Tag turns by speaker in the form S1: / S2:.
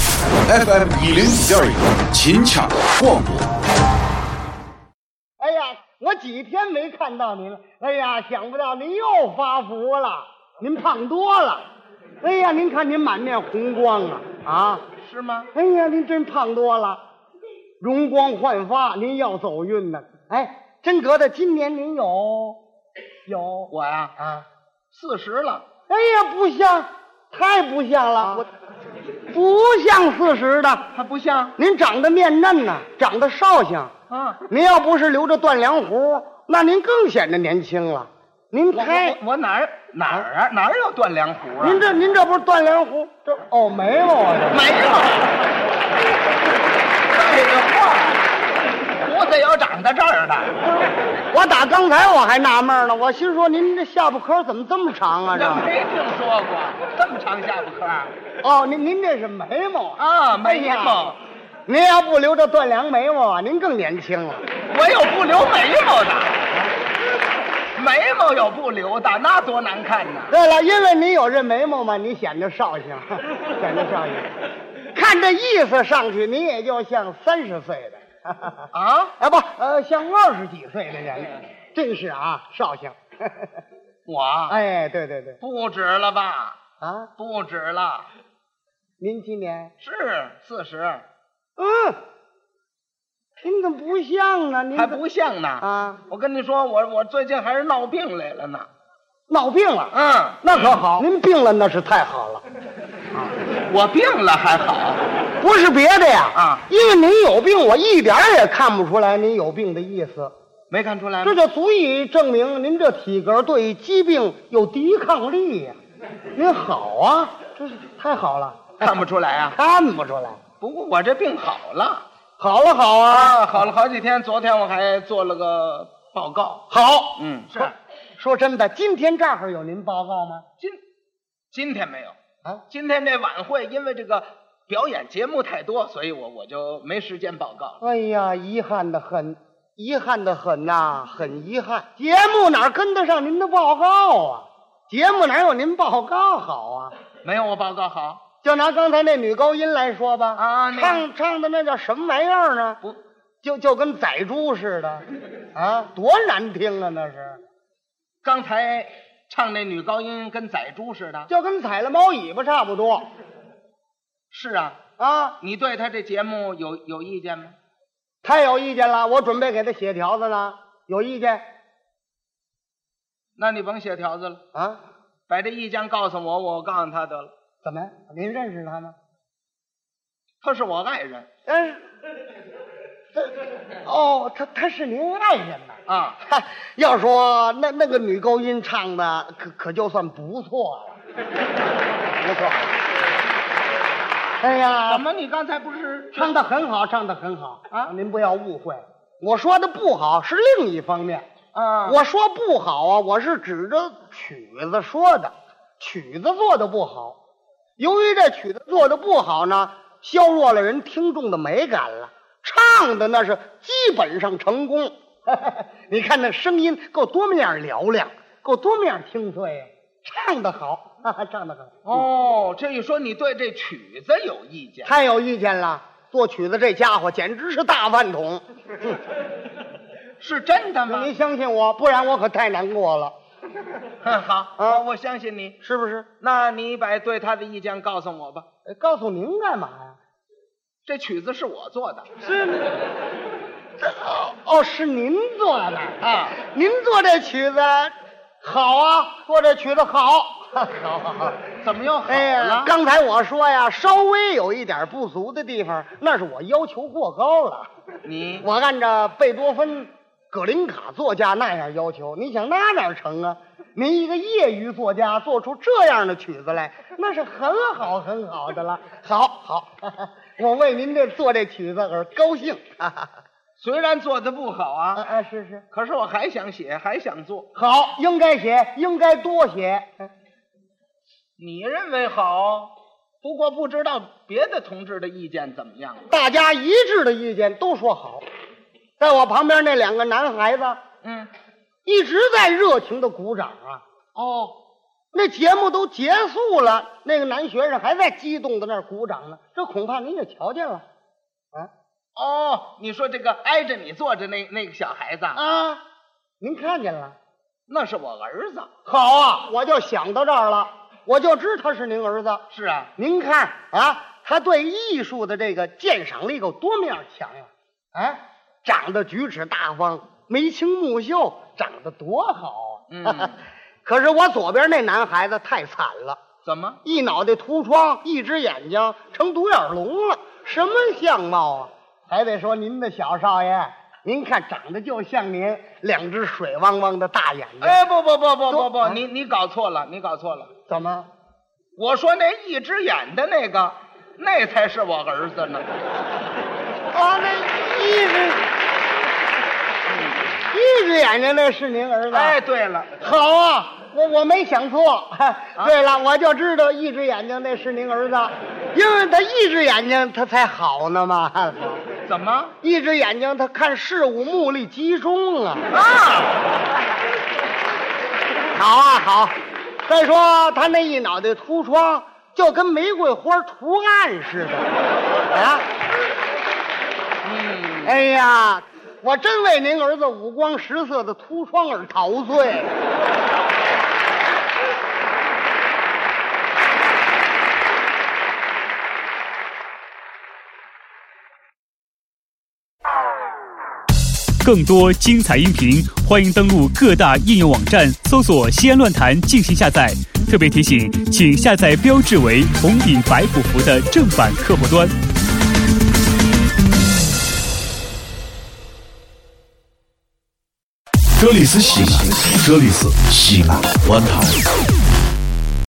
S1: FM 一零五点一，秦腔广播。
S2: 哎呀，我几天没看到您了。哎呀，想不到您又发福了，您胖多了。哎呀，您看您满面红光啊啊！
S3: 是吗？
S2: 哎呀，您真胖多了，容光焕发，您要走运呢。哎，真格的，今年您有有？
S3: 我呀、
S2: 啊？
S3: 四十了，
S2: 哎呀，不像，太不像了，
S3: 我
S2: 不像四十的。
S3: 还不像
S2: 您长得面嫩呐、长得绍兴。
S3: 啊！
S2: 您要不是留着断梁胡，那您更显得年轻了。您
S3: 我
S2: 猜
S3: 我，我哪儿哪儿啊？哪儿有断梁湖啊？
S2: 您这您这不是断梁胡？这哦没有啊，
S3: 没有。废话，胡子要长到这儿的，
S2: 我打刚才我还纳闷呢，我心说您这下巴颏怎么这么长啊？
S3: 这
S2: 这
S3: 没听说过这么长下巴颏儿
S2: 哦，您您这是眉毛啊？
S3: 啊？眉毛，
S2: 您要不留着断梁眉毛啊，您更年轻了。
S3: 我有不留眉毛的，眉毛有不留的，那多难看呐！
S2: 对了，因为您有这眉毛嘛，你显得绍兴， 显得绍兴。看这意思上去，您也就像三十岁的。
S3: 啊，
S2: 啊不，呃，像二十几岁的人，真是啊，绍兴。
S3: 我
S2: 哎，对对对，
S3: 不止了吧？
S2: 啊，
S3: 不止了，
S2: 您今年，
S3: 是四十。
S2: 嗯，您怎么不像呢？您
S3: 还
S2: 怎
S3: 不像呢
S2: 啊！
S3: 我跟你说，我我最近还是闹病来了呢。
S2: 闹病了？
S3: 嗯，
S2: 那可好，您病了那是太好了，
S3: 我病了还好，
S2: 不是别的呀，
S3: 啊
S2: 因为您有病，我一点儿也看不出来您有病的意思，
S3: 没看出来
S2: 这
S3: 吗？
S2: 就足以证明您这体格对疾病有抵抗力呀、您好啊，这是太好了，
S3: 看不出来啊。
S2: 看不出来。
S3: 不过我这病好了
S2: 好了好啊，
S3: 啊，好了好几天。昨天我还做了个报告。
S2: 好，
S3: 嗯，
S2: 说说真的，今天这儿有您报告吗？
S3: 今今天没有
S2: 啊，
S3: 今天这晚会因为这个表演节目太多，所以我我就没时间报告了。
S2: 哎呀，遗憾的很，遗憾的很呐、很遗憾。节目哪儿跟得上您的报告啊？节目哪有您报告好啊？
S3: 没有我报告好
S2: 就拿刚才那女高音来说吧，
S3: 啊那
S2: 唱唱的那叫什么玩意儿呢？
S3: 不？
S2: 就就跟宰猪似的，啊，多难听啊！那是，
S3: 刚才唱那女高音跟宰猪似的。
S2: 就跟踩了猫尾巴差不多
S3: 是啊，
S2: 啊。
S3: 你对他这节目有有意见吗？
S2: 太有意见了，我准备给他写条子呢。有意见
S3: 那你甭写条子了，
S2: 啊？
S3: 把这意见告诉我，我告诉他得了。
S2: 怎么？您认识他吗？
S3: 他是我爱人
S2: 但是，这哦，他他是您爱人呐。
S3: 啊，
S2: 哈要说那那个女高音唱的可可就算不错了，不错。 哎
S3: 怎
S2: 呀，
S3: 么你刚才不是
S2: 唱的很好，唱的很好
S3: 啊
S2: 您不要误会，我说的不好是另一方面。
S3: 啊？
S2: 我说不好啊，我是指着曲子说的，曲子做的不好。由于这曲子做的不好呢，削弱了人听众的美感了。唱的那是基本上成功， 你看那声音够多面儿嘹亮，够多面儿清脆呀、啊唱的好， 唱的好。
S3: 哦，这一说你对这曲子有意见，
S2: 太有意见了，作曲的这家伙简直是大饭 桶。
S3: 是真的吗
S2: 您？ 相信我，不然我可太难过了，
S3: 哼好，
S2: 啊
S3: 我我相信你。
S2: 是不是？
S3: 那你把对他的意见告诉我吧。
S2: 呃告诉您干嘛呀？
S3: 这曲子是 我做的
S2: 是，这哦哦，是您做的啊？
S3: 啊，
S2: 您做这曲子好啊，做这曲子好， 好好哦好。
S3: 怎么又好
S2: 哎呀
S3: 了？，
S2: 刚才我说呀，稍微有一点不足的地方，那是我要求过高了。
S3: 你
S2: 我按照贝多芬、葛林卡作家那样要求，你想那哪成啊？您一个业余作家做出这样的曲子来， 那是很好很好的了。好好，我为您这做这曲子而高兴。 哈哈哈。
S3: 虽然做的不好
S2: 啊
S3: 啊，
S2: 啊，是是，
S3: 可是我还想写，还想做。
S2: 好，应该写，应该多写。
S3: 你认为好，不过不知道别的同志的意见怎么样。
S2: 大家一致的意见都说好，在我旁边那两个男孩子
S3: 嗯，
S2: 一直在热情的鼓掌啊，
S3: 哦，
S2: 那节目都结束了，那个男学生还在激动的那儿鼓掌呢，这恐怕您也瞧见了
S3: 哦，你说这个挨着你坐着那那个小孩子，
S2: 啊，您看见了。
S3: 那是我儿子。
S2: 好啊，我就想到这儿了，我就知他是您儿子。
S3: 是啊，
S2: 您看啊，他对艺术的这个鉴赏力有多面强啊！啊，长得举止大方，眉清目秀，长得多好啊！
S3: 嗯
S2: 可是我左边那男孩子太惨了，
S3: 怎么？
S2: 一脑袋秃疮，一只眼睛成独眼龙了，什么相貌啊！还得说您的小少爷，您看长得就像您，两只水汪汪的大眼睛。
S3: 哎，不不不不不不，
S2: 啊
S3: 你你搞错了，你搞错了。
S2: 怎么？
S3: 我说那一只眼的那个，那才是我儿子呢。
S2: 啊，那一只一只眼睛那是您儿子？
S3: 哎，，啊对了，
S2: 好啊，我我没想错。 对了，我就知道一只眼睛那是您儿子，因为他一只眼睛他才好呢嘛，
S3: 怎么
S2: 一只眼睛他看事物目力集中啊。
S3: 啊？
S2: 好啊好，再说他那一脑袋秃疮，就跟玫瑰花图案似的，啊。
S3: 嗯，
S2: 哎呀，我真为您儿子五光十色的秃疮而陶醉。
S4: 更多精彩音频，欢迎登录各大应用网站搜索“西安论坛”进行下载。特别提醒，请下载标志为红顶白虎符的正版客户端。
S1: 这里是西安，这里是西安论坛。